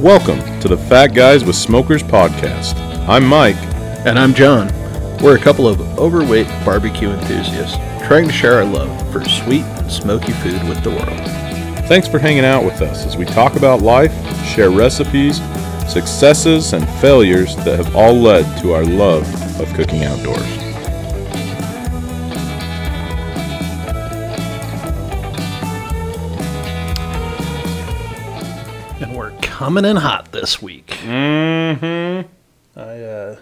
Welcome to the Fat Guys with Smokers podcast. I'm Mike. And I'm John. We're a couple of overweight barbecue enthusiasts trying to share our love for sweet and smoky food with the world. Thanks for hanging out with us as we talk about life, share recipes, successes, and failures that have all led to our love of cooking outdoors. And we're coming in hot this week. Mm. Mm-hmm. I uh,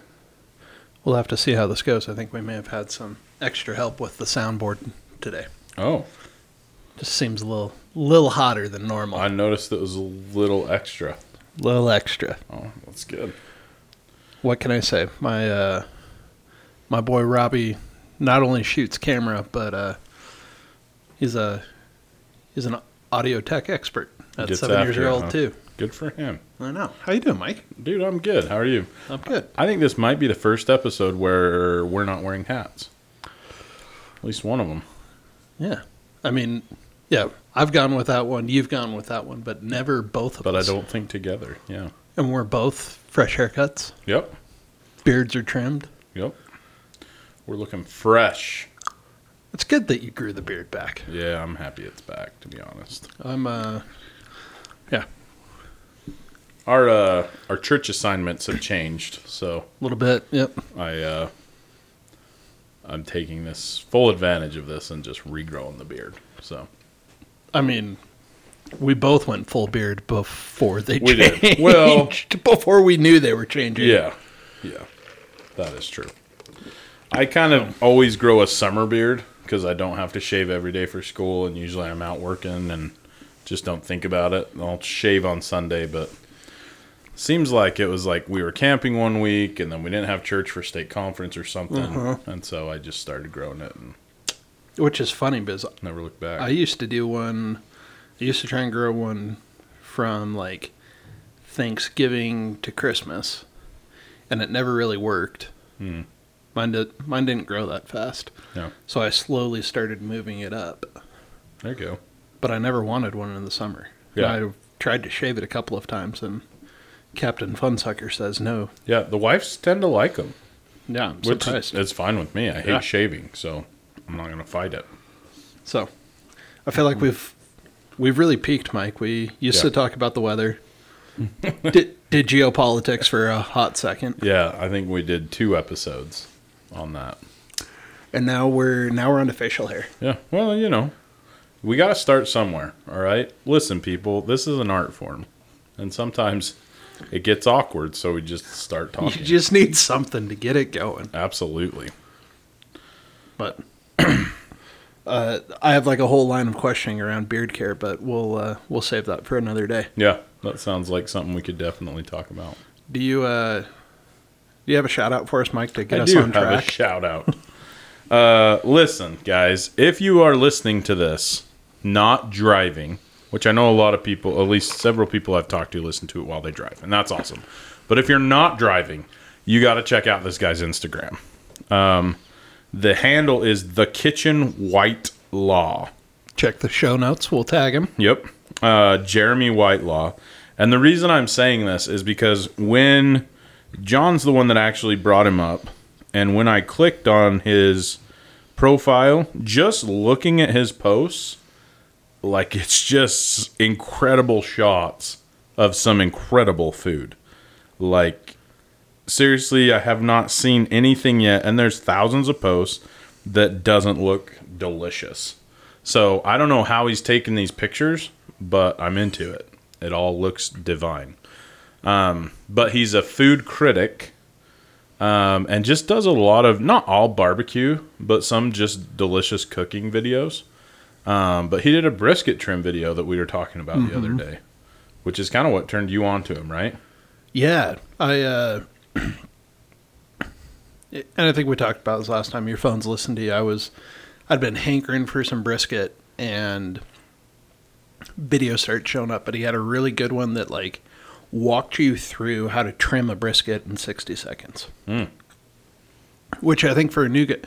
we'll have to see how this goes. I think we may have had some extra help with the soundboard today. Oh, Just seems a little little hotter than normal. A noticed it was a little extra. little extra. Oh, that's good. what can I say? My uh, my boy Robbie not only shoots camera, but uh, he's a he's an audio tech expert at Gets seven years after it, old huh? too. Good for him. I know. How you doing, Mike? Dude, I'm good. How are you? I'm good. I think this might be the first episode where we're not wearing hats. At least one of them. Yeah. I mean, yeah. I've gone without one. You've gone without one, but never both of But I us. don't think together. Yeah. And we're both fresh haircuts. Yep. Beards are trimmed. Yep. We're looking fresh. It's good that you grew the beard back. Yeah, I'm happy it's back, to be honest. I'm uh, yeah, a Our uh, our church assignments have changed, so little bit. Yep. I uh, I'm taking this full advantage of this and just regrowing the beard. So I mean, we both went full beard before they We did. changed. Well- before we knew they were changing. yeah, yeah, that is true. I kind of always grow a summer beard because I don't have to shave every day for school, and usually I'm out working and just don't think about it. And I'll shave on Sunday, but seems like it was like we were camping one week, and then we didn't have church for state conference or something, Uh-huh. and so I just started growing it and Which is funny because never looked back. I used to do one. I used to try and grow one from like Thanksgiving to Christmas, and it never really worked. Hmm. Mine did. Mine didn't grow that fast. No. So I slowly started moving it up, there you go. but I never wanted one in the summer. And Yeah. I tried to shave it a couple of times, and Captain Funsucker says no. Yeah, the wives tend to like them, Yeah, I'm which surprised. is, is fine with me. I hate Yeah. shaving, so I'm not going to fight it. So, I feel like we've we've really peaked, Mike. We used Yeah. to talk about the weather, did, did geopolitics for a hot second, Yeah, I think we did two episodes on that. and now we're now we're on to facial hair. Yeah, well, you know, we got to start somewhere, all right? Listen, people, this is an art form, and sometimes it gets awkward, so we just start You talking. just need something to get it going. Absolutely. But uh, I have like a whole line of questioning around beard care, but we'll uh, we'll save that for another day. Yeah, that sounds like something we could definitely talk about. Do you uh, do you have a shout out for us, Mike, to get I us do on have a track? shout out. uh, listen, guys, if you are listening to this, not driving, which I know a lot of people, at least several people I've talked to, listen to it while they drive, and that's awesome. But if you're not driving, you got to check out this guy's Instagram. Um, the handle is the Kitchen White Law. Check the show notes. We'll tag him. Yep. Uh, Jeremy Whitelaw. And the reason I'm saying this is because when John's the one that actually brought him up, and when I clicked on his profile, just looking at his posts, like it's just incredible shots of some incredible food. Like, seriously, I have not seen anything yet, and there's thousands of posts that doesn't look delicious. So I don't know how he's taking these pictures, but I'm into it. It all looks divine. Um, but he's a food critic, um, and just does a lot of not all barbecue, but some just delicious cooking videos. Um, but he did a brisket trim video that we were talking about the other day, which is kind of what turned you on to him, right? Yeah, I uh and I think we talked about this last time. Your phone's listened to you. I was I'd been hankering for some brisket and video started showing up, but he had a really good one that like walked you through how to trim a brisket in 60 seconds. Mm. Which I think for a new gu-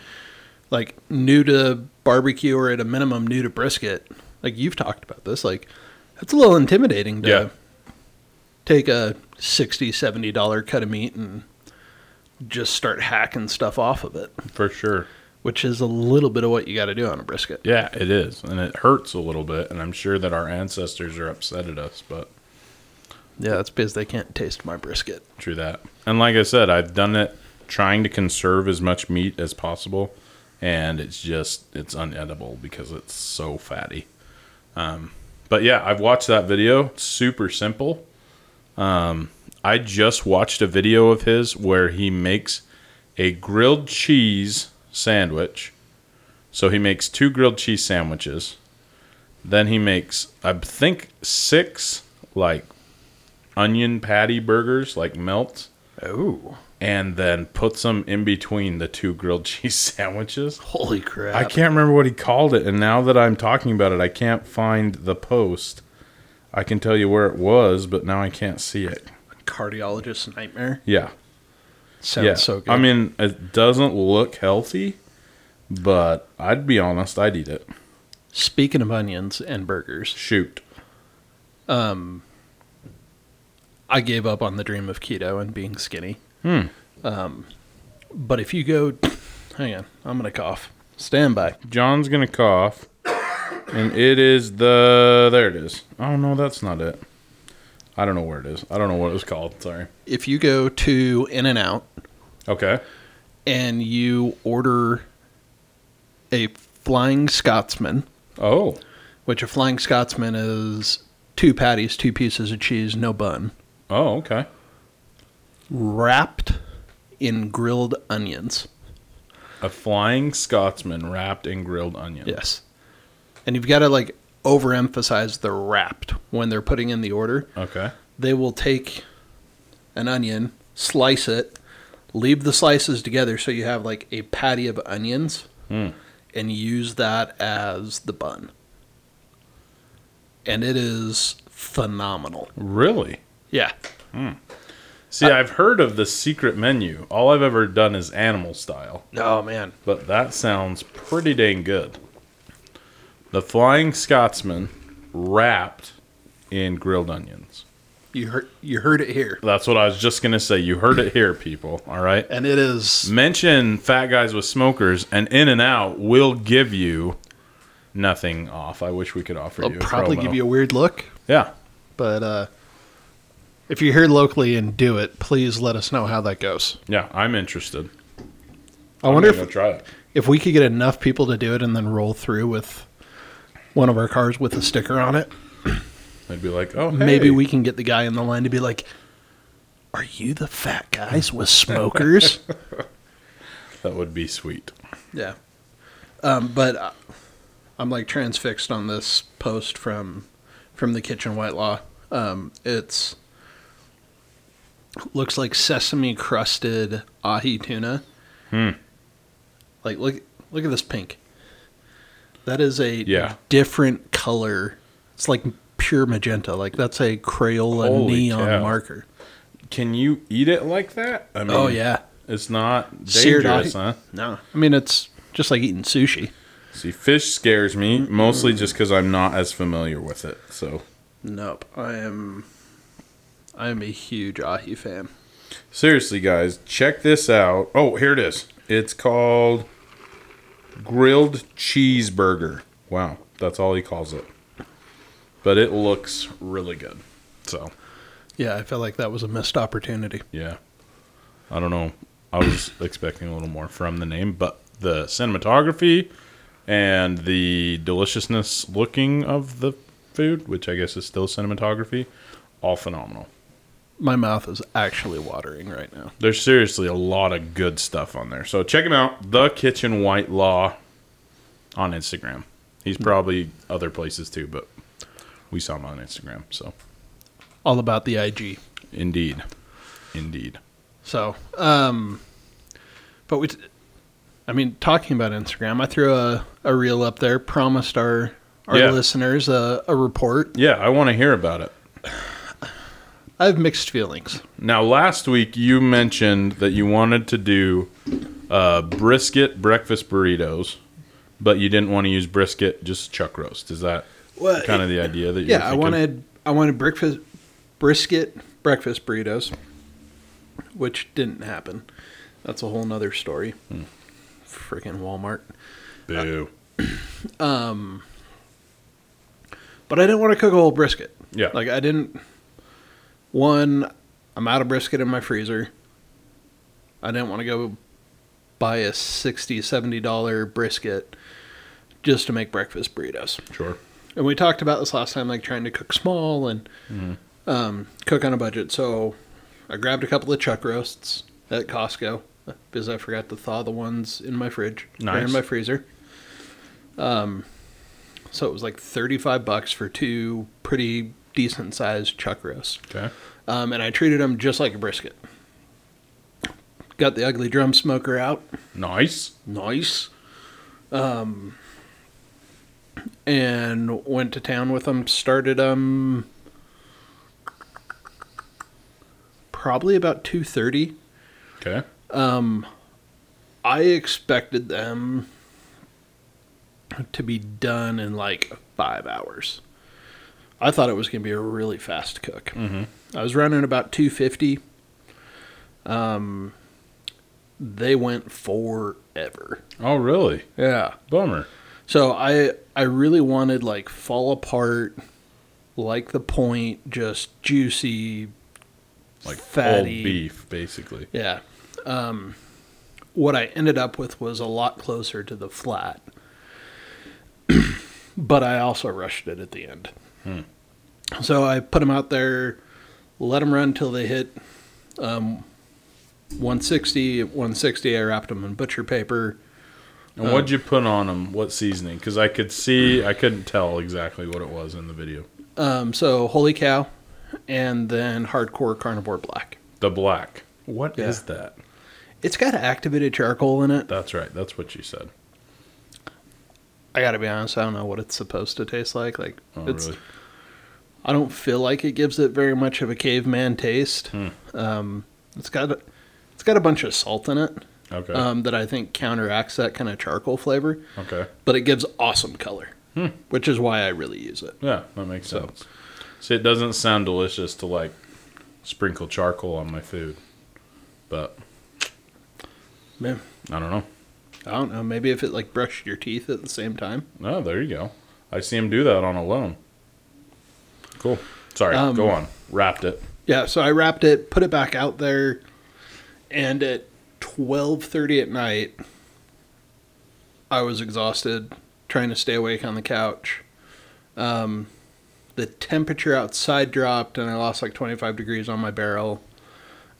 like new to barbecue or at a minimum new to brisket, like you've talked about this, like that's a little intimidating to Yeah. take a 60 70 dollar cut of meat and just start hacking stuff off of it for sure. which is a little bit of what you got to do on a brisket Yeah, it is, and it hurts a little bit, and I'm sure that our ancestors are upset at us, but yeah that's because they can't taste my brisket True that. And like I said, I've done it trying to conserve as much meat as possible, and it's just it's unedible because it's so fatty. Um, but yeah, I've watched that video. It's super simple. Um, I just watched a video of his where he makes a grilled cheese sandwich. So he makes two grilled cheese sandwiches. Then he makes, I think, six like onion patty burgers, like melt, oh and then puts them in between the two grilled cheese sandwiches. holy crap I can't remember what he called it, and now that I'm talking about it, I can't find the post. I can tell you where it was, but now I can't see it. cardiologist nightmare Yeah, sounds yeah. so good I mean, it doesn't look healthy, but I'd be honest, I'd eat it. speaking of onions and burgers Shoot, I gave up on the dream of keto and being skinny. Hmm. Um, but if you go, hang on, I'm gonna cough. Stand by. John's gonna cough, and it is the there it is. Oh no, that's not it. I don't know where it is. I don't know what it was called. Sorry. If you go to In and Out Okay. and you order a Flying Scotsman, Oh, which a Flying Scotsman is two patties, two pieces of cheese, no bun, oh, okay. wrapped in grilled onions. A flying Scotsman wrapped in grilled onion. Yes. And you've got to like overemphasize the wrapped when they're putting in the order. Okay. they will take an onion, slice it, leave the slices together so you have like a patty of onions, Hmm. and use that as the bun. And it is phenomenal. Really? Yeah. See, I've heard of the secret menu. All I've ever done is animal style, Oh man. but that sounds pretty dang good. The flying Scotsman wrapped in grilled onions. You heard you heard it here. That's what I was just gonna say. You heard it here, people. All right. And it is Mention fat guys with smokers, and In and Out will give you nothing off. I wish we could offer they'll you. A probably promo. give you a weird look, Yeah, but uh if you're here locally and do it, please let us know how that goes. yeah. I'm interested. I wonder I'm if gonna try it. if we could get enough people to do it and then roll through with one of our cars with a sticker on it, I'd be like, oh, maybe hey. we can get the guy in the line to be like, "Are you the fat guys with smokers?" That would be sweet. yeah. Um, but I- I'm like transfixed on this post from from the kitchen white law. Um, it's looks like sesame crusted ahi tuna. Hmm. Like look look at this pink. That is a Yeah. different color. It's like pure magenta. Like that's a Crayola Holy neon cow. marker. Can you eat it like that? I mean, Oh yeah. it's not Seared dangerous, huh? eye. No. I mean it's just like eating sushi. See, fish scares me mostly just because I'm not as familiar with it. So, Nope. I am I am a huge ahi fan. seriously, guys, check this out. Oh, here it is. It's called grilled cheeseburger. Wow, that's all he calls it. But it looks really good. So, Yeah, I felt like that was a missed opportunity. yeah, I don't know. I was expecting a little more from the name, but the cinematography and the deliciousness looking of the food, which I guess is still cinematography, all phenomenal. My mouth is actually watering right now. There's seriously a lot of good stuff on there. So check him out, The Kitchen White Law on Instagram. He's probably other places too, but we saw him on Instagram. So All about the IG. indeed. Indeed. So, um, but we, t- I mean, talking about Instagram, I threw a, a reel up there, promised our, our Yeah. listeners a, a report. Yeah, I want to hear about it. I have mixed feelings. Now, last week you mentioned that you wanted to do uh, brisket breakfast burritos, but you didn't want to use brisket, just chuck roast. Is that Well, kind of the idea that you're yeah, I wanted, I wanted breakfast brisket breakfast burritos, which didn't happen. That's a whole nother story. Freaking Walmart. uh, Boo. But I didn't want to cook a whole brisket. yeah. Like I didn't. One, I'm out of brisket in my freezer. I didn't want to go buy a 60 dollar brisket just to make breakfast burritos. sure. And we talked about this last time, like trying to cook small and um, cook on a budget. So I grabbed a couple of chuck roasts at Costco because I forgot to thaw the ones in my fridge or Nice. in my freezer. Um, so it was like thirty-five bucks for two pretty decent-sized chuck roasts, Okay. um, and I treated them just like a brisket. Got the ugly drum smoker out. Nice. Nice. Um, and went to town with them. Started um, probably about two thirty. Okay. I expected them to be done in like five hours. I thought it was going to be a really fast cook. I was running about 250. Um, they went forever. Oh, really? Yeah. Bummer. So I I really wanted like fall apart, like the point, just juicy. Like Fatty. old beef, basically. Yeah. Um, what I ended up with was a lot closer to the flat, but I also rushed it at the end. So I put them out there, let them run till they hit um, 160. At 160, I wrapped them in butcher paper. And Oh. what'd you put on them? What seasoning? Because I could see, I couldn't tell exactly what it was in the video. Um, so holy cow, and then hardcore carnivore black. The black. What is Yeah. that? It's got activated charcoal in it. That's right. That's what you said. I gotta be honest, I don't know what it's supposed to taste like. Like Oh, it's really? I don't feel like it gives it very much of a caveman taste. Hmm. Um, it's got a, it's got a bunch of salt in it Okay. um, that I think counteracts that kind of charcoal flavor, okay. but it gives awesome color, Hmm. which is why I really use it. Yeah, that makes So- sense. See, it doesn't sound delicious to like sprinkle charcoal on my food, but Man, I don't know. I don't know. Maybe if it like brushed your teeth at the same time. Oh, there you go. I see him do that on a loan. Cool. Sorry. Um, go on. Wrapped it. Yeah, so I wrapped it, put it back out there, and at twelve thirty at night, I was exhausted, trying to stay awake on the couch. Um, the temperature outside dropped, and I lost like twenty five degrees on my barrel.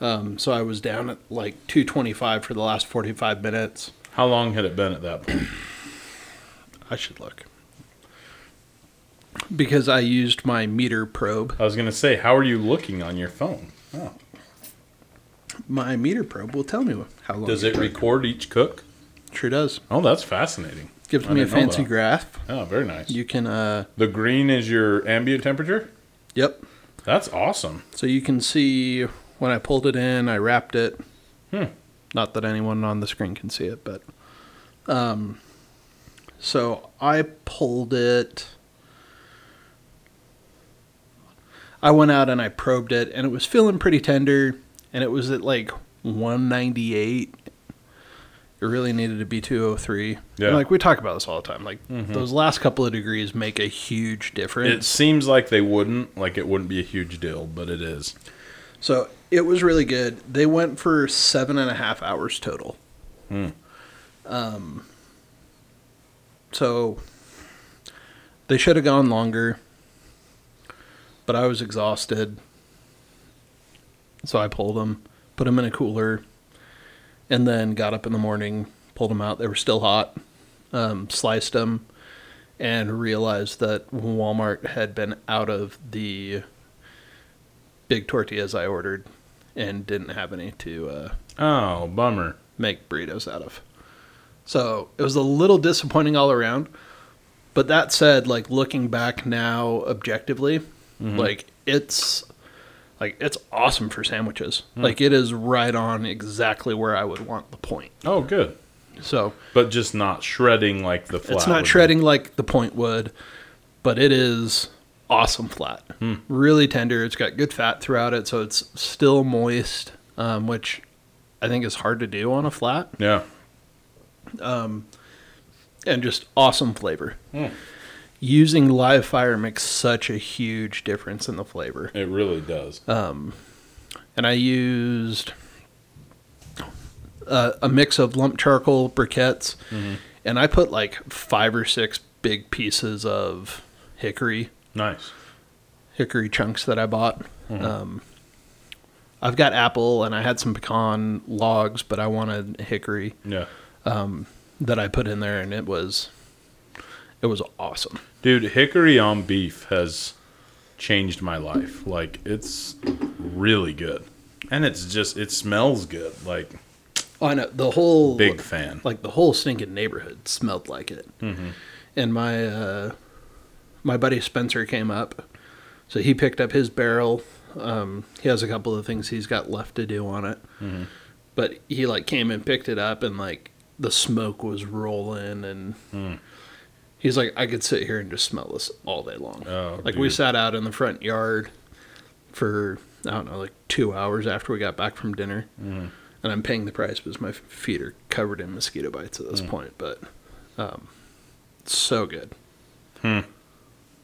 Um, so I was down at like two twenty five for the last forty five minutes. How long had it been at that point? I should look because I used my meter probe. I was gonna say, how are you looking on your phone? Oh. My meter probe will tell me how long. Does it took. record each cook? Sure does. Oh, that's fascinating. Gives I me a didn't know fancy that. graph. Oh, very nice. You can uh the green is your ambient temperature. yep. That's awesome. So you can see when I pulled it in, I wrapped it. Hmm. Not that anyone on the screen can see it, but um so I pulled it I went out and I probed it and it was feeling pretty tender and it was at like 198. It really needed to be 203. Yeah. Mm-hmm. And, like we talk about this all the time. Like those last couple of degrees make a huge difference. It seems like they wouldn't, like it wouldn't be a huge deal, but it is. So it was really good. They went for seven and a half hours total. Um, so they should have gone longer, but I was exhausted. So I pulled them, put them in a cooler, and then got up in the morning, pulled them out. They were still hot, um, sliced them, and realized that Walmart had been out of the big tortillas I ordered and didn't have any to uh, Oh, bummer. make burritos out of. So it was a little disappointing all around. But that said, like looking back now objectively, like it's like it's awesome for sandwiches. Like it is right on exactly where I would want the point. Oh, good. So But just not shredding like the flat. it's not would. shredding like the point would, but it is awesome flat. Really tender. It's got good fat throughout it, so it's still moist, um, which I think is hard to do on a flat. Yeah. and just awesome flavor. Using live fire makes such a huge difference in the flavor. Um, It really does. Uh. And I used uh, a mix of lump charcoal briquettes, and I put like five or six big pieces of hickory nice. hickory chunks that I bought. Um, I've got apple and I had some pecan logs, but I wanted hickory Yeah. that I put in there, and it was it was awesome. Dude, hickory on beef has changed my life. Like it's really good. And it's just it smells good. Like Oh, I know the whole big fan. Mm-hmm. like the whole stinking neighborhood smelled like it. And my uh, my buddy Spencer came up, so he picked up his barrel. Um, he has a couple of things he's got left to do on it, but he like came and picked it up, and like the smoke was rolling, and he's like, I could sit here and just smell this all day long. Oh, like we dude. sat out in the front yard for I don't know, like two hours after we got back from dinner and I'm paying the price because my feet are covered in mosquito bites at this point. But um, so good,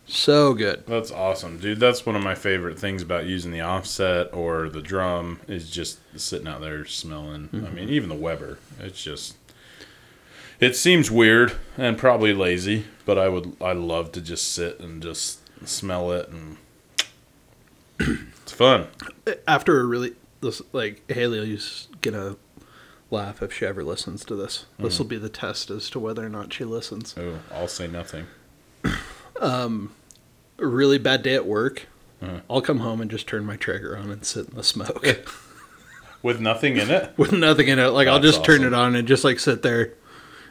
so good. That's awesome, dude. That's one of my favorite things about using the offset or the drum is just sitting out there smelling. I mean, even the Weber. It's just it seems weird and probably lazy, but I would I love to just sit and just smell it and it's fun. After a really this like Haley's gonna laugh if she ever listens to this. This will be the test as to whether or not she listens. Oh, I'll say nothing. A really bad day at work. Uh-huh. I'll come home and just turn my trigger on and sit in the smoke With nothing in it? with nothing in it. Like I'll That's just turn awesome. it on and just like sit there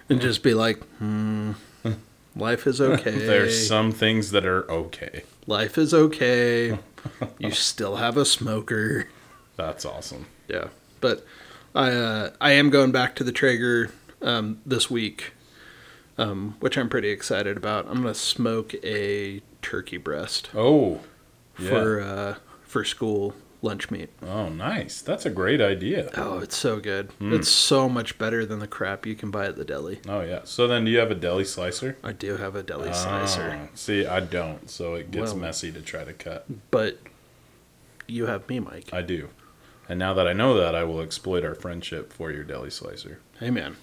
and just be like, hmm, life is okay. There's some things that are okay. life is okay. you still have a smoker. That's awesome. Yeah, but I uh, I am going back to the Traeger um, this week, um, which I'm pretty excited about. I'm gonna smoke a turkey breast Oh. Yeah. for uh, for school lunch meat. oh, nice. That's a great idea. Oh, it's so good. Hmm. It's so much better than the crap you can buy at the deli. Oh, yeah. So then do you have a deli slicer? I do have a deli slicer, Ah, see, I don't, so it gets Well- messy to try to cut. but you have me, Mike. I do. And now that I know that, I will exploit our friendship for your deli slicer. hey, man.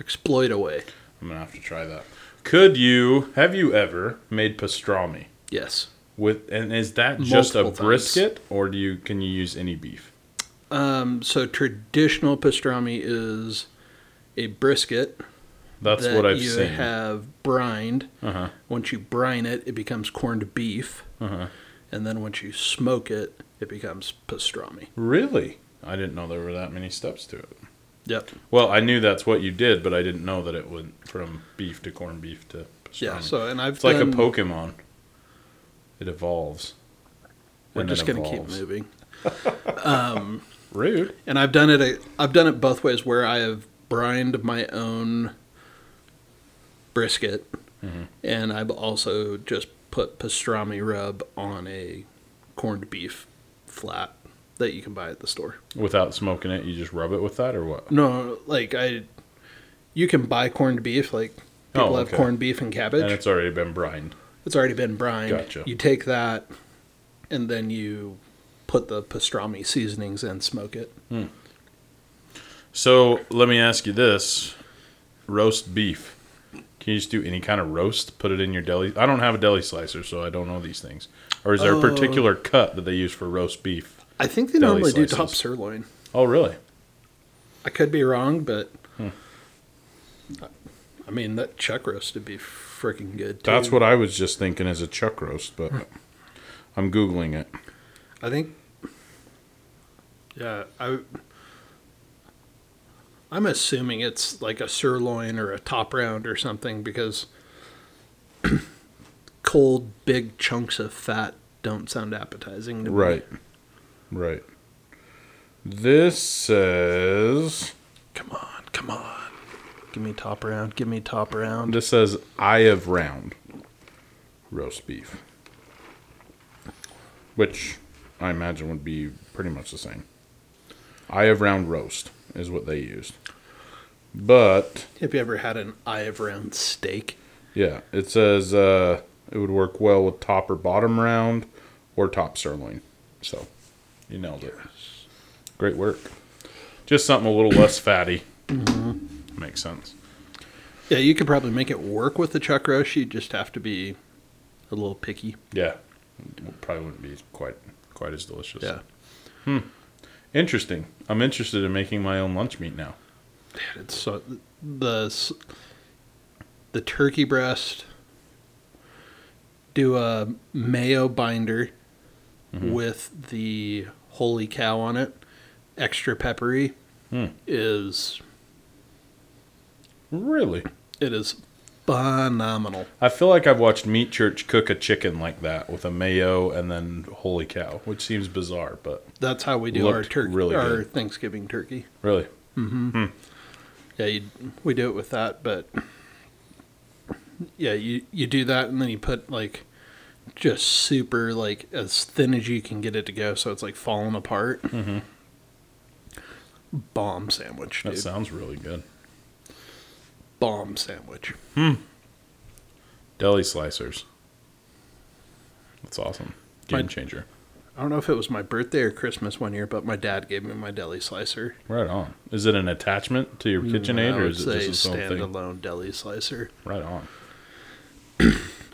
Exploit away. I'm going to have to try that. Could you, have you ever made pastrami? Yes. With and is that just a Multiple times. brisket or do you can you use any beef? Um, so traditional pastrami is a brisket That's that what I've you seen. have brined. Uh-huh. Once you brine it, it becomes corned beef, Uh-huh. and then once you smoke it, it becomes pastrami. Really? I didn't know there were that many steps to it. Yep. Well, I knew that's what you did, but I didn't know that it went from beef to corned beef to pastrami. Yeah. So, and I've it's like a done- Pokemon. It evolves. We're And it just gonna keep evolves. moving. Rude. and I've done it. A, I've done it both ways, where I have brined my own brisket, Mm-hmm. and I've also just put pastrami rub on a corned beef flat that you can buy at the store. Without smoking it, you just rub it with that or what? No, like I, you can buy corned beef. Like Oh, people have okay. corned beef and cabbage. And it's already been brined. It's already been brined. Gotcha. You take that, and then you put the pastrami seasonings and smoke it. So let me ask you this: roast beef. Can you just do any kind of roast? Put it in your deli. I don't have a deli slicer, so I don't know these things. Or is there a Oh. particular cut that they use for roast beef? I think they Deli normally do slices. top sirloin. Oh, really? I could be wrong, but Hmm. I mean that chuck roast would be freaking good. Too. That's what I was just thinking as a chuck roast, but Hmm. I'm googling it. I think. Yeah, I. I'm assuming it's like a sirloin or a top round or something because cold big chunks of fat don't sound appetizing to me. Right. Right. This says Come on, come on. Give me top round. Give me top round. this says eye of round roast beef. which I imagine would be pretty much the same. Eye of round roast is what they used. But Have you ever had an eye of round steak? yeah, it says uh, it would work well with top or bottom round or top sirloin. So you nailed it. Great work. Just something a little less fatty. Makes sense. Yeah, you could probably make it work with the chuck roast. You just have to be a little picky. Yeah, It probably wouldn't be quite quite as delicious. Hmm. Yeah. Interesting. I'm interested in making my own lunch meat now. Man, it's so the s- the turkey breast. Do a mayo binder with the holy cow on it, extra peppery. Hmm. Is Really? it is phenomenal. I feel like I've watched Meat Church cook a chicken like that with a mayo and then holy cow, which seems bizarre, but That's how we do our Looked turkey, really our good. Thanksgiving turkey. really. Yeah, you, we do it with that, but yeah, you you do that and then you put like just super like as thin as you can get it to go, so it's like falling apart. Mm-hmm. Bomb sandwich, That dude. sounds really good. Bomb sandwich. Deli slicers. That's awesome. Game My- changer. I don't know if it was my birthday or Christmas one year, but my dad gave me my deli slicer. Right on. Is it an attachment to your KitchenAid Mm, I or would is it say just its own thing? standalone deli slicer? Right on.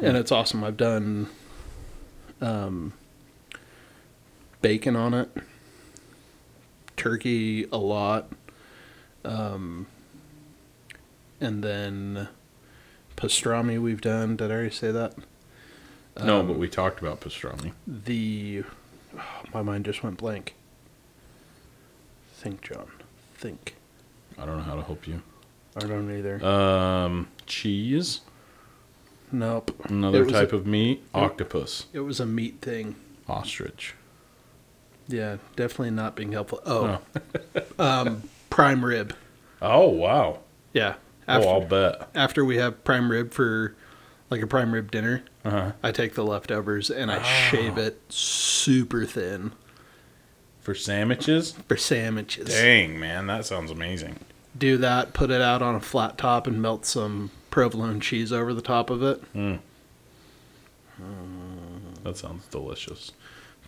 and it's awesome. I've done um, bacon on it, turkey a lot, um, and then pastrami. We've done. Did I already say that? Um, no, but we talked about pastrami. The oh, my mind just went blank. Think, John. Think. I don't know how to help you. I don't either. Um, cheese, nope. It another was type a- of meat, octopus, It was a meat thing. ostrich. Yeah, definitely not being helpful. Oh, Oh. um, prime rib. Oh, wow. Yeah. oh, I'll bet. after we have prime rib for like a prime rib dinner, Uh-huh. I take the leftovers and I shave it super thin For sandwiches? for sandwiches. Dang, man, that sounds amazing. Do that, put it out on a flat top and melt some provolone cheese over the top of it. That sounds delicious.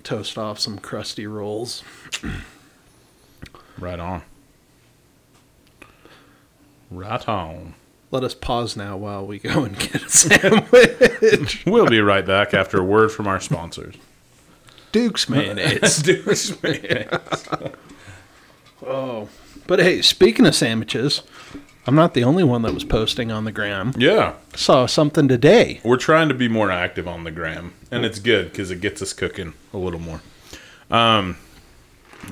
Toast off some crusty rolls. Right on. Right on. Let us pause now while we go and get a sandwich. We'll be right back after a word from our sponsors. Duke's mayonnaise. Duke's mayonnaise. oh. But hey, speaking of sandwiches, I'm not the only one that was posting on the gram. Yeah, Saw something today. we're trying to be more active on the gram, and it's good because it gets us cooking a little more. Um,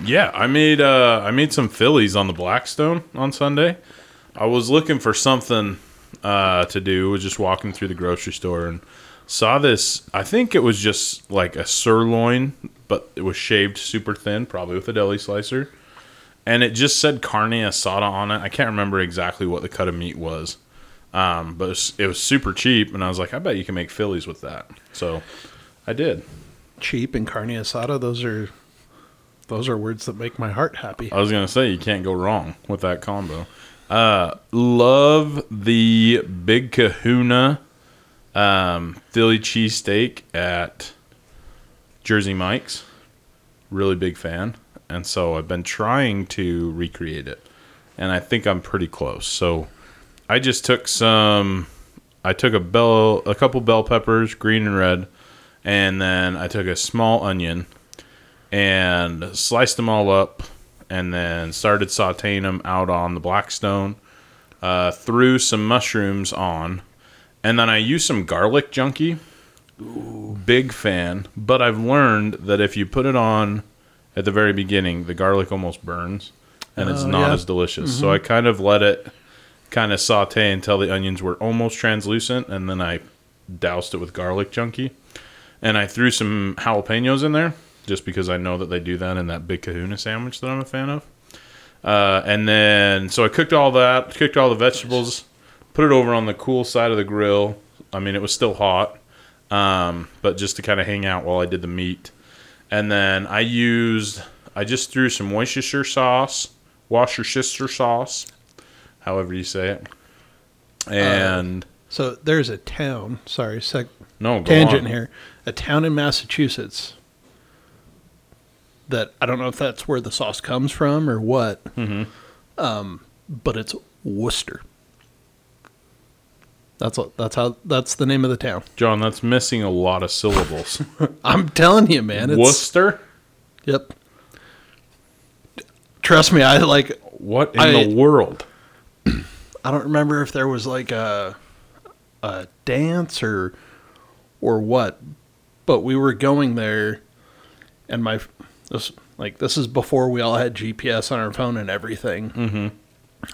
yeah, I made uh, I made some Phillies on the Blackstone on Sunday. I was looking for something uh, to do. Was just walking through the grocery store and saw this. I think it was just like a sirloin, but it was shaved super thin, probably with a deli slicer. And it just said carne asada on it. I can't remember exactly what the cut of meat was, um, but it was, it was super cheap. And I was like, I bet you can make Phillies with that. So I did. cheap and carne asada those are those are words that make my heart happy I was gonna say you can't go wrong with that combo. Uh, love the Big Kahuna um, Philly cheesesteak at Jersey Mike's. Really big fan, and so I've been trying to recreate it, and I think I'm pretty close. So I just took some. I took a bell, a couple bell peppers, green and red, and then I took a small onion and sliced them all up and then started sauteing them out on the blackstone uh, threw some mushrooms on and then i used some garlic junkie big fan but i've learned that if you put it on at the very beginning the garlic almost burns and it's Oh, not yeah. as delicious so i kind of let it kind of saute until the onions were almost translucent and then i doused it with garlic junkie and I threw some jalapenos in there just because I know that they do that in that big Kahuna sandwich that I'm a fan of. Uh, and then so I cooked all that, cooked all the vegetables, put it over on the cool side of the grill. I mean, it was still hot, um, but just to kind of hang out while I did the meat. And then I used, I just threw some Worcestershire sauce, Worcestershire sauce, however you say it. Uh, And So there's a town. Sorry, sec- no, go tangent on. here. A town in Massachusetts that I don't know if that's where the sauce comes from or what, um, Mm-hmm. but it's Worcester. That's what, that's how that's the name of the town. John, that's missing a lot of syllables. I'm telling you, man. It's, Worcester? Yep. Trust me, I like. What in I- the world? I don't remember if there was like a a dance or or what, but we were going there, and my this like this is before we all had GPS on our phone and everything. Mm-hmm.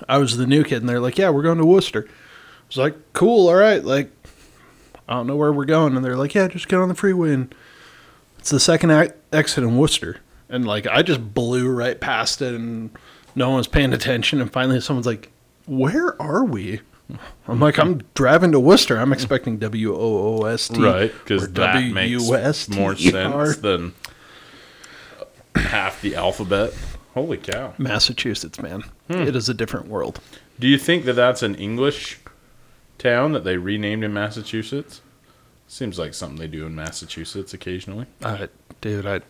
I was the new kid, and they're like, "Yeah, we're going to Worcester." I was like, "Cool, all right." Like, I don't know where we're going, and they're like, "Yeah, just get on the freeway and it's the second ac- exit in Worcester. And like I just blew right past it and no one was paying attention. And finally someone's like, Where are we? I'm like, I'm driving to Worcester. I'm expecting W O O S T. Right, because or that makes W-U-S-T-E-R. more sense than half the alphabet. Holy cow. Massachusetts, man. It is a different world. Do you think that that's an English town that they renamed in Massachusetts? Seems like something they do in Massachusetts occasionally. Uh, dude, I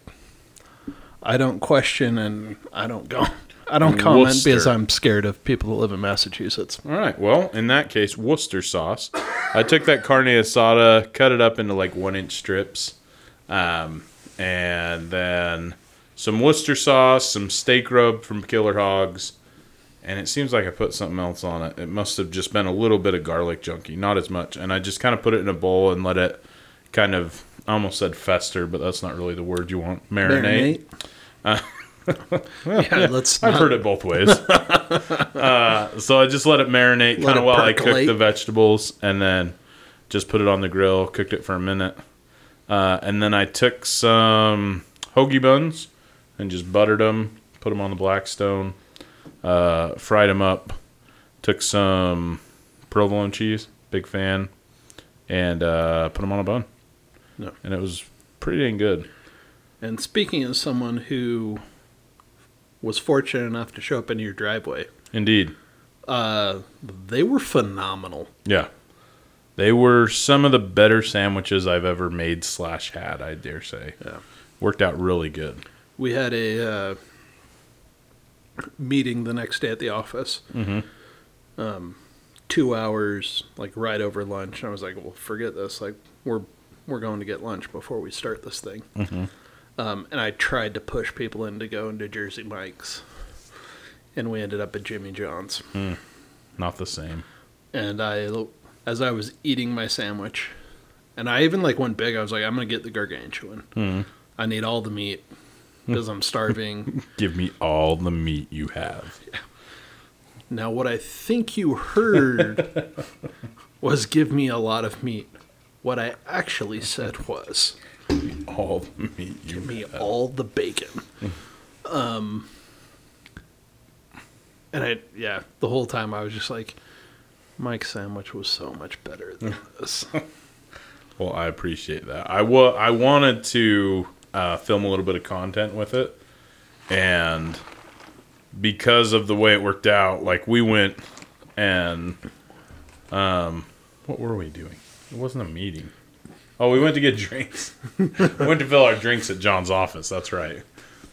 I don't question and I don't go I don't comment Worcester. because I'm scared of people that live in Massachusetts. All right. Well, in that case, Worcester sauce. I took that carne asada, cut it up into like one inch strips, um, and then some Worcester sauce, some steak rub from Killer Hogs, and it seems like I put something else on it. It must have just been a little bit of garlic junkie, not as much. And I just kind of put it in a bowl and let it kind of. I almost said fester, but that's not really the word you want. Marinate. Uh, yeah, let's I've not- heard it both ways. uh, so I just let it marinate Let kind of it while I cooked percolate. the vegetables, and then just put it on the grill. Cooked it for a minute, uh, and then I took some hoagie buns and just buttered them, put them on the blackstone, uh, fried them up. Took some provolone cheese, big fan, and uh, put them on a bun. No. And it was pretty dang good. And speaking as someone who was fortunate enough to show up in your driveway, Indeed. uh, they were phenomenal. Yeah. They were some of the better sandwiches I've ever made slash had, I dare say. Yeah. Worked out really good. We had a uh, meeting the next day at the office. Mhm. Um, two hours, like right over lunch. And I was like, "Well, forget this. Like, we're we're going to get lunch before we start this thing." mm-hmm. Um, and I tried to push people in to go into Jersey Mike's, and we ended up at Jimmy John's. Not the same. and I as I was eating my sandwich, and I even like went big. I was like, I'm gonna get the gargantuan. I need all the meat because I'm starving. Give me all the meat you have. now, what I think you heard was give me a lot of meat. What I actually said was All the meat you give me have. all the bacon. Um, and I yeah, the whole time I was just like. Mike's sandwich was so much better than this. Well, I appreciate that. I wa- I wanted to uh, film a little bit of content with it, and because of the way it worked out, like we went and um, what were we doing? It wasn't a meeting. Oh, we went to get drinks. we went to fill our drinks at John's office. That's right,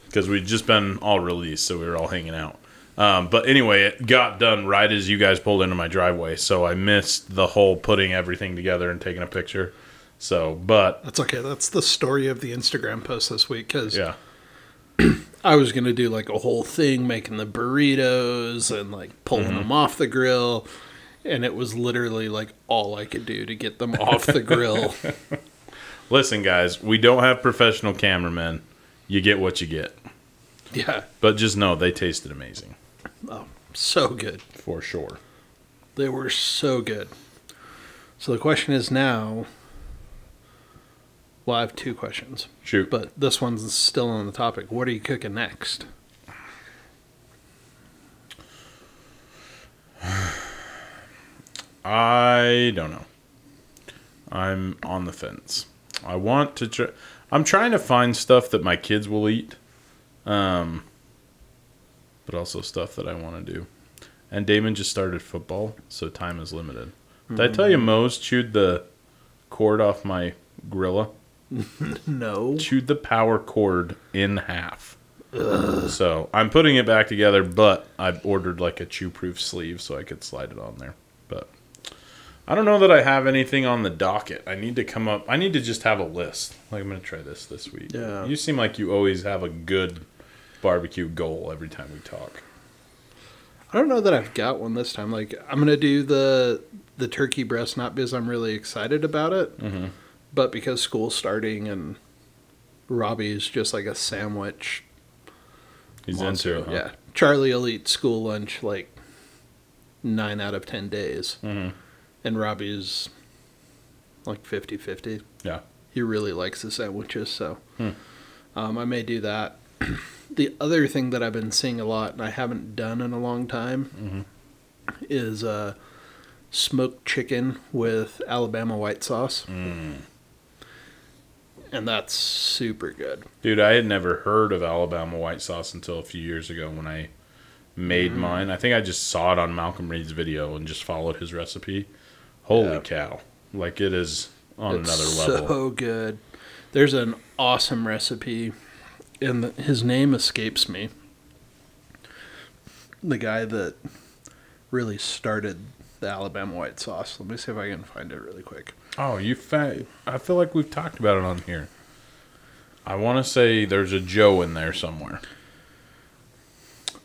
because we'd just been all released, so we were all hanging out. Um, but anyway, it got done right as you guys pulled into my driveway, so I missed the whole putting everything together and taking a picture. So, but That's okay. That's the story of the Instagram post this week because yeah, I was gonna do like a whole thing making the burritos and like pulling them off the grill, and it was literally like all I could do to get them off the grill. listen, guys, we don't have professional cameramen. You get what you get, Yeah, but just know they tasted amazing so good. for sure. They were so good. So the question is now. Well, I have two questions, Shoot, but this one's still on the topic. What are you cooking next? I don't know. I'm on the fence. I want to try. I'm trying to find stuff that my kids will eat, um, but also stuff that I want to do. And Damon just started football, so time is limited. Did I tell you Moe's chewed the cord off my gorilla? No. Chewed the power cord in half. So I'm putting it back together, but I ordered like a chew proof sleeve so I could slide it on there. But I don't know that I have anything on the docket. I need to come up, I need to just have a list. Like, I'm going to try this this week. Yeah. You seem like you always have a good barbecue goal every time we talk. I don't know that I've got one this time. Like I'm gonna do the the turkey breast not because I'm really excited about it, but because school's starting and Robbie is just like a sandwich. He's monster. into it. Huh? Yeah, Charlie will eat school lunch like nine out of ten days, Mhm. and Robbie's like 50-50. Yeah. he really likes the sandwiches, so um, I may do that. the other thing that I've been seeing a lot and I haven't done in a long time is uh, smoked chicken with Alabama white sauce. And that's super good. Dude, I had never heard of Alabama white sauce until a few years ago when I made mine. I think I just saw it on Malcolm Reed's video and just followed his recipe. Holy Yeah. cow. Like it is on It's another level. So good. There's an awesome recipe, and the, his name escapes me. The guy that really started the Alabama white sauce. Let me see if I can find it really quick. Oh, you fa- I feel like we've talked about it on here. I want to say there's a Joe in there somewhere.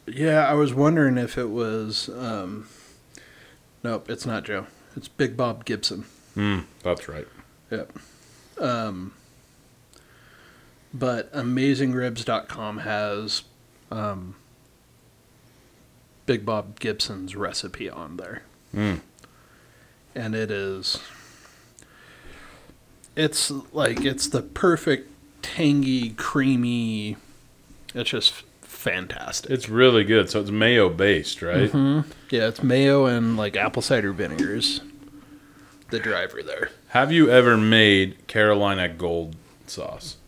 Yeah, I was wondering if it was. Um, nope, it's not Joe. It's Big Bob Gibson. Mm, that's right. Yep. Um, but AmazingRibs.com has um, Big Bob Gibson's recipe on there. Mm. And it is. It's like, it's the perfect tangy, creamy. It's just fantastic. It's really good. So it's mayo based, right? Yeah, it's mayo and like apple cider vinegar is the driver there. Have you ever made Carolina gold sauce?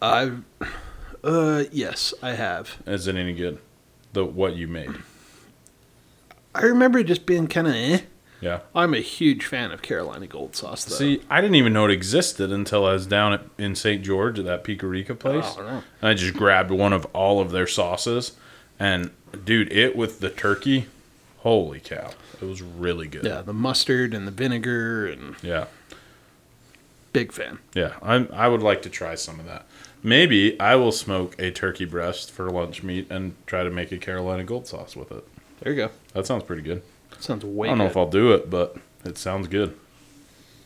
I've. Uh, yes, I have. Is it any good? The what you made? I remember just being kind of eh. Yeah. I'm a huge fan of Carolina Gold Sauce, though. See, I didn't even know it existed until I was down at, in St. George at that Picarica place. Oh, no. And I just grabbed one of all of their sauces. And, dude, it with the turkey, holy cow. It was really good. yeah, the mustard and the vinegar, and Yeah. big fan. Yeah. I'm, I would like to try some of that. Maybe I will smoke a turkey breast for lunch meat and try to make a Carolina gold sauce with it. There you go. That sounds pretty good. Sounds way. I don't know good. if I'll do it, but it sounds good.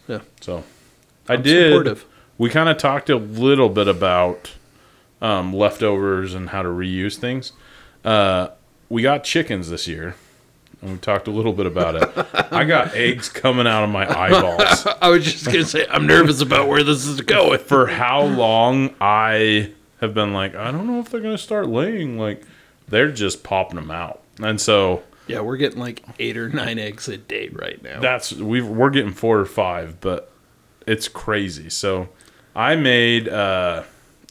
Yeah. So I I'm did. supportive. We kind of talked a little bit about um, leftovers and how to reuse things. Uh, we got chickens this year, and we talked a little bit about it. I got eggs coming out of my eyeballs I was just gonna say I'm nervous about where this is going. for how long I have been like, I don't know if they're going to start laying. Like, they're just popping them out. And so Yeah, we're getting like eight or nine eggs a day right now. That's we've we're getting four or five, but it's crazy. So I made uh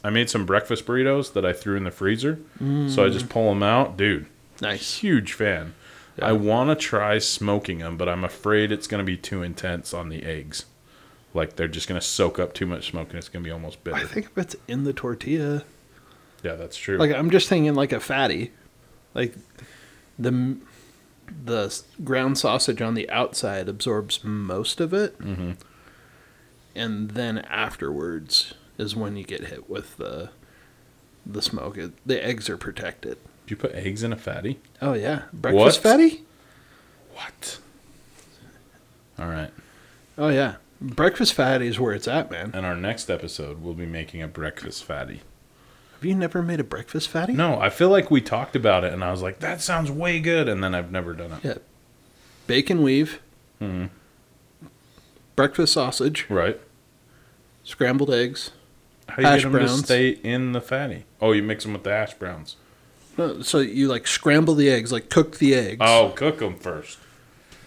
I made some breakfast burritos that I threw in the freezer. So I just pull them out, dude. nice. Huge fan. Mm. Yeah. I want to try smoking them, but I'm afraid it's going to be too intense on the eggs. Like they're just going to soak up too much smoke and it's going to be almost bitter. I think if it's in the tortilla, yeah, that's true. like I'm just thinking like a fatty, like the m- the s- ground sausage on the outside absorbs most of it, and then afterwards is when you get hit with the the smoke. It, the eggs are protected. Did you put eggs in a fatty? Oh yeah, breakfast fatty. What? All right. Oh yeah, breakfast fatty is where it's at, man. And our next episode, we'll be making a breakfast fatty. Have you never made a breakfast fatty? No, I feel like we talked about it, and I was like, "That sounds way good," and then I've never done it. Yeah, bacon weave, breakfast sausage, Right? scrambled eggs. How do you Hash get them browns. to stay in the fatty? Oh, you mix them with the hash browns. No, so you like scramble the eggs, like cook the eggs. Oh, cook them first.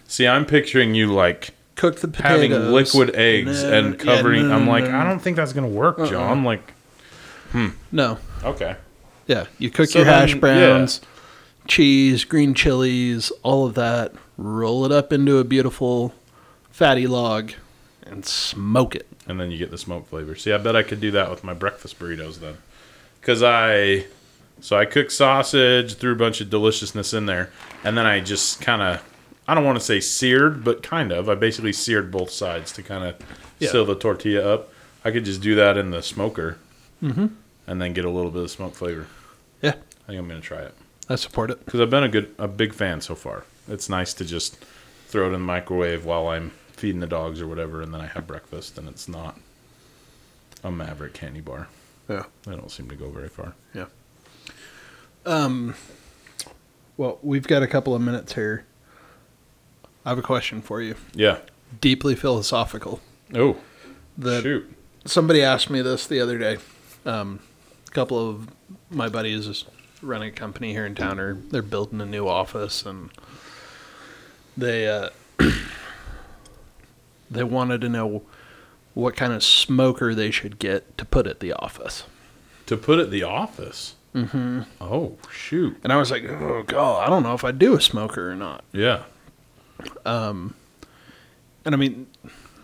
See, I'm picturing you like cooked the having potatoes, liquid eggs no, and yeah, covering. no, no, I'm no, like, no, I don't think that's gonna work, Uh-uh. John. Like, No, okay, yeah, you cook So your hash then, yeah. browns, cheese, green chilies, all of that. Roll it up into a beautiful fatty log, and smoke it. and then you get the smoke flavor. See, I bet I could do that with my breakfast burritos then, because I. So I cook sausage, threw a bunch of deliciousness in there, and then I just kind of, I don't want to say seared, but kind of. I basically seared both sides to kind of Yeah. seal the tortilla up. I could just do that in the smoker, and then get a little bit of smoke flavor. Yeah, I think I'm gonna try it. I support it. because I've been a good, a big fan so far. It's nice to just throw it in the microwave while I'm feeding the dogs or whatever, and then I have breakfast, and it's not a Maverick candy bar. Yeah. They don't seem to go very far. Yeah. Um. Well, we've got a couple of minutes here. I have a question for you, Yeah. deeply philosophical. Oh, That shoot. somebody asked me this the other day. Um, a couple of my buddies is running a company here in town, or they're building a new office, and they uh, they wanted to know what kind of smoker they should get to put at the office. To put it the office. Mm-hmm. Oh shoot. And I was like, oh god, I don't know if I do a smoker or not. Yeah. And I mean,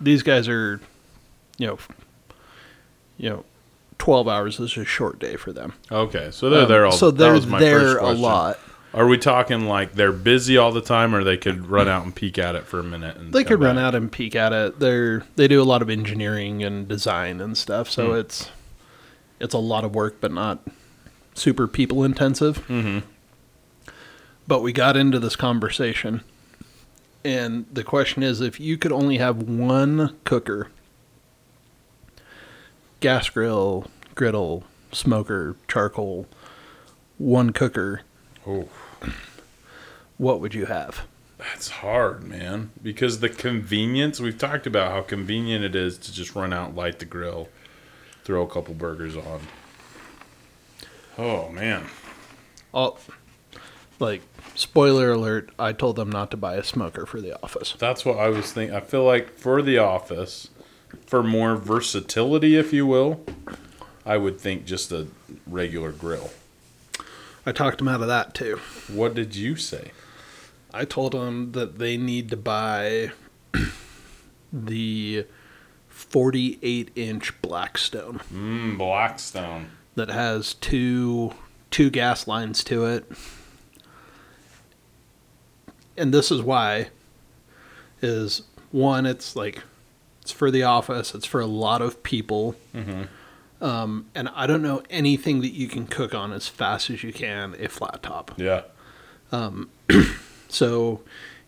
these guys are, you know, you know, twelve hours is a short day for them. Okay, so they're Um, there all. so that they're was my there first a question. lot. Are we talking like they're busy all the time, or they could run out and peek at it for a minute? And They come could run back? out and peek at it. They're they do a lot of engineering and design and stuff. So Hmm. it's it's a lot of work, but not super people intensive. Mm-hmm. But we got into this conversation, and the question is, if you could only have one cooker, gas grill, griddle, smoker, charcoal, one cooker, Oh, what would you have? That's hard, man, because the convenience we've talked about how convenient it is to just run out, light the grill, throw a couple burgers on. Oh man, All, Oh, like, spoiler alert, I told them not to buy a smoker for the office. that's what I was thinking. I feel like for the office, for more versatility, if you will, I would think just a regular grill. I talked them out of that too. What did you say? I told them that they need to buy the 48 inch Blackstone Mmm, Blackstone. that has two two gas lines to it. And this is why is one it's like it's for the office, it's for a lot of people. Mhm. Um, and I don't know anything that you can cook on as fast as you can a flat top. Yeah. So,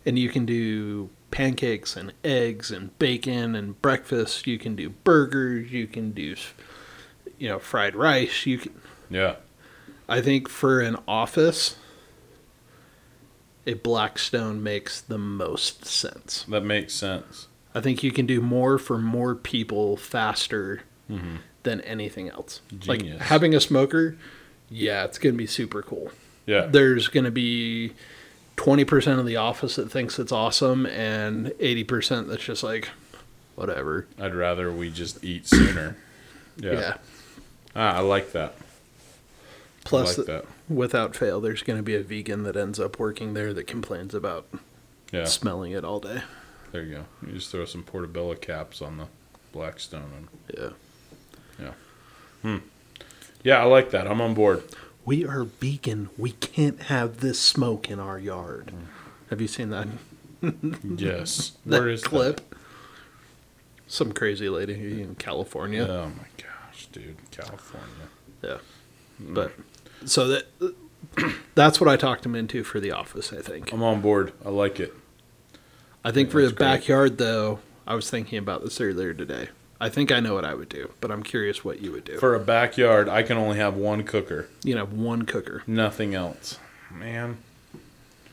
and you can do pancakes and eggs and bacon and breakfast. You can do burgers. You can do, you know, fried rice. You can. Yeah. I think for an office, a Blackstone makes the most sense. That makes sense. I think you can do more for more people faster than anything else. Like Genius. having a smoker, yeah, it's gonna be super cool Yeah. there's going to be 20% of the office that thinks it's awesome and 80% that's just like whatever I'd rather we just eat sooner. Yeah. yeah, Ah, I like that. plus I like that. without fail there's going to be a vegan that ends up working there that complains about Yeah. smelling it all day There you go. You just throw some portobello caps on the Blackstone. And, Hmm. yeah yeah, I like that. I'm on board. we are vegan we can't have this smoke in our yard have you seen that, Yes. that Mm. Where is that? clip some crazy lady in california Oh my gosh, dude, California. Yeah. Mm. But so that that's what I talked him into for the office, I think. I'm on board. I like it. I think for the That's great. backyard though, I was thinking about this earlier today. I think I know what I would do, but I'm curious what you would do. For a backyard, I can only have one cooker, you know, one cooker. nothing else. Man.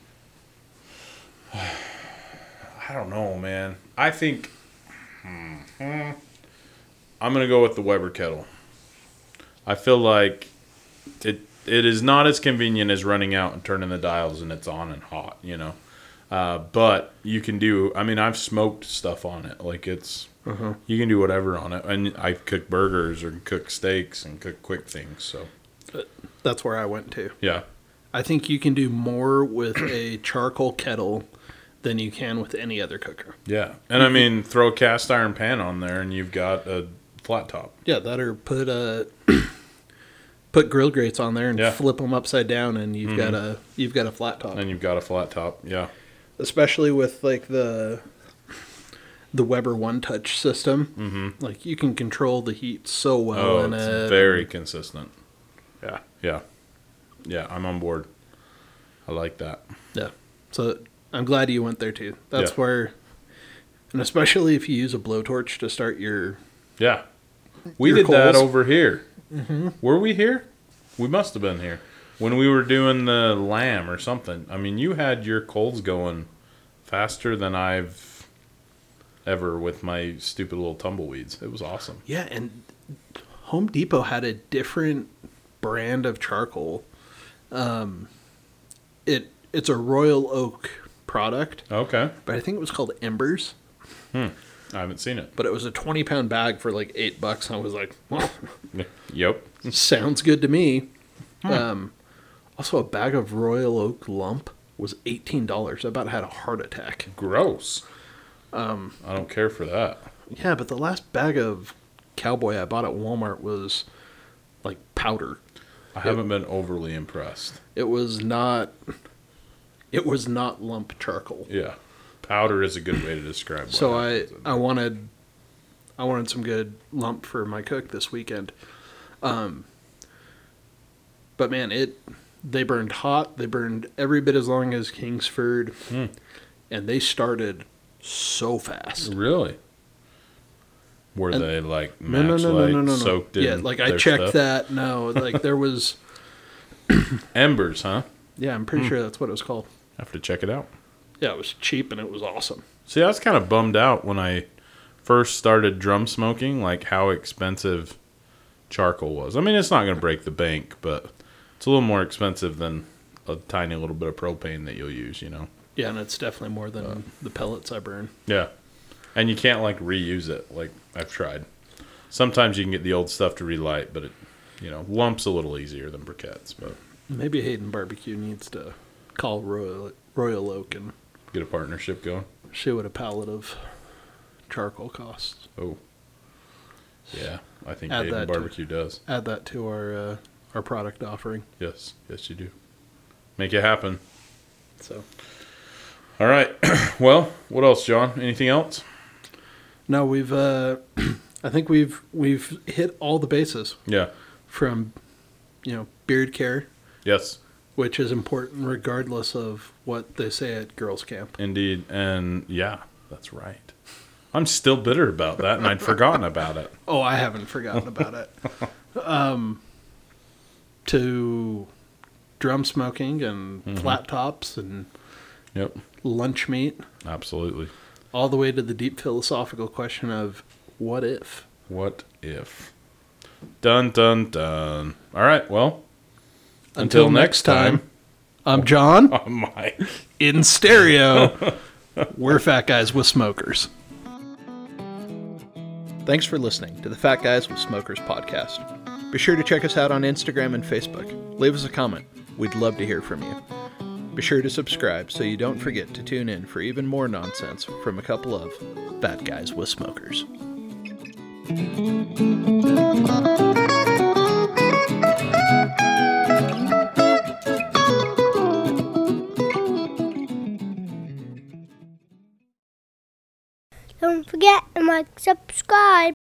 I don't know, man. I think hmm, I'm gonna go with the Weber kettle. I feel like it it is not as convenient as running out and turning the dials and it's on and hot, you know. Uh, but you can do. I mean, I've smoked stuff on it. Like it's you can do whatever on it, and I cook burgers or cook steaks and cook quick things. So That's where I went to. yeah, I think you can do more with a charcoal kettle than you can with any other cooker. yeah. And I mean, throw a cast iron pan on there, and you've got a flat top. Yeah, that or put a put grill grates on there and Yeah. flip 'em flip them upside down, and you've got a you've got a flat top. And you've got a flat top. Yeah. Especially with like the the Weber One Touch system, mm-hmm. like you can control the heat so well. Oh, in it's it. very consistent. Yeah. Yeah. Yeah, I'm on board. I like that. Yeah. So I'm glad you went there too. That's Yeah. where, and especially if you use a blowtorch to start your. Yeah. We Your did that coals? over here. Mm-hmm. Were we here? We must have been here. When we were doing the lamb or something. I mean, you had your coals going faster than I've ever with my stupid little tumbleweeds. It was awesome. Yeah, and Home Depot had a different brand of charcoal. Um, it it's a Royal Oak product, Okay. but I think it was called Embers. I haven't seen it. But it was a twenty pound bag for like eight bucks, and I was like, well, Yep. sounds good to me. Um, also, a bag of Royal Oak lump was eighteen dollars. I about had a heart attack. Gross. Um, I don't care for that. Yeah, but the last bag of cowboy I bought at Walmart was like powder. I haven't been overly impressed. It was not it was not lump charcoal. Yeah. Powder is a good way to describe what So I happens. I wanted I wanted some good lump for my cook this weekend. Um but man, it they burned hot. They burned every bit as long as Kingsford. Hmm. And they started so fast. Really? Were And- they like matchlight No, no, no, no, no, no, no. soaked in? yeah, like I their checked stuff? that. No, like there was Embers, huh? Yeah, I'm pretty sure that's what it was called. I have to check it out. Hmm. Yeah, it was cheap and it was awesome. See, I was kind of bummed out when I first started drum smoking, like how expensive charcoal was. I mean, it's not going to break the bank, but it's a little more expensive than a tiny little bit of propane that you'll use, you know? Yeah, and it's definitely more than the pellets I burn. Yeah. And you can't like reuse it. Like I've tried. Sometimes you can get the old stuff to relight, but it, you know, lumps a little easier than briquettes, but Maybe Hayden Barbecue needs to call Royal Royal Oak and get a partnership going. see what a pallet of charcoal costs. Oh. Yeah, I think Add Dave that to- Barbecue does. Add that to our uh, our product offering. Yes, yes, you do. Make it happen. So All right. well, what else, John? Anything else? no, we've uh, I think we've we've hit all the bases Yeah. from you know beard care, Yes, which is important regardless of what they say at girls' camp. indeed. And yeah, that's right. I'm still bitter about that, and I'd forgotten about it. Oh, I haven't forgotten about it. um, to drum smoking and Mm-hmm. flat tops and Yep, lunch meat, absolutely. all the way to the deep philosophical question of what if? What if? Dun, dun, dun. All right. Well, Until next time. I'm John oh my. in stereo. We're Fat Guys with Smokers. Thanks for listening to the Fat Guys with Smokers podcast. Be sure to check us out on Instagram and Facebook. Leave us a comment. We'd love to hear from you. Be sure to subscribe so you don't forget to tune in for even more nonsense from a couple of Fat Guys with Smokers. Don't forget to like, subscribe.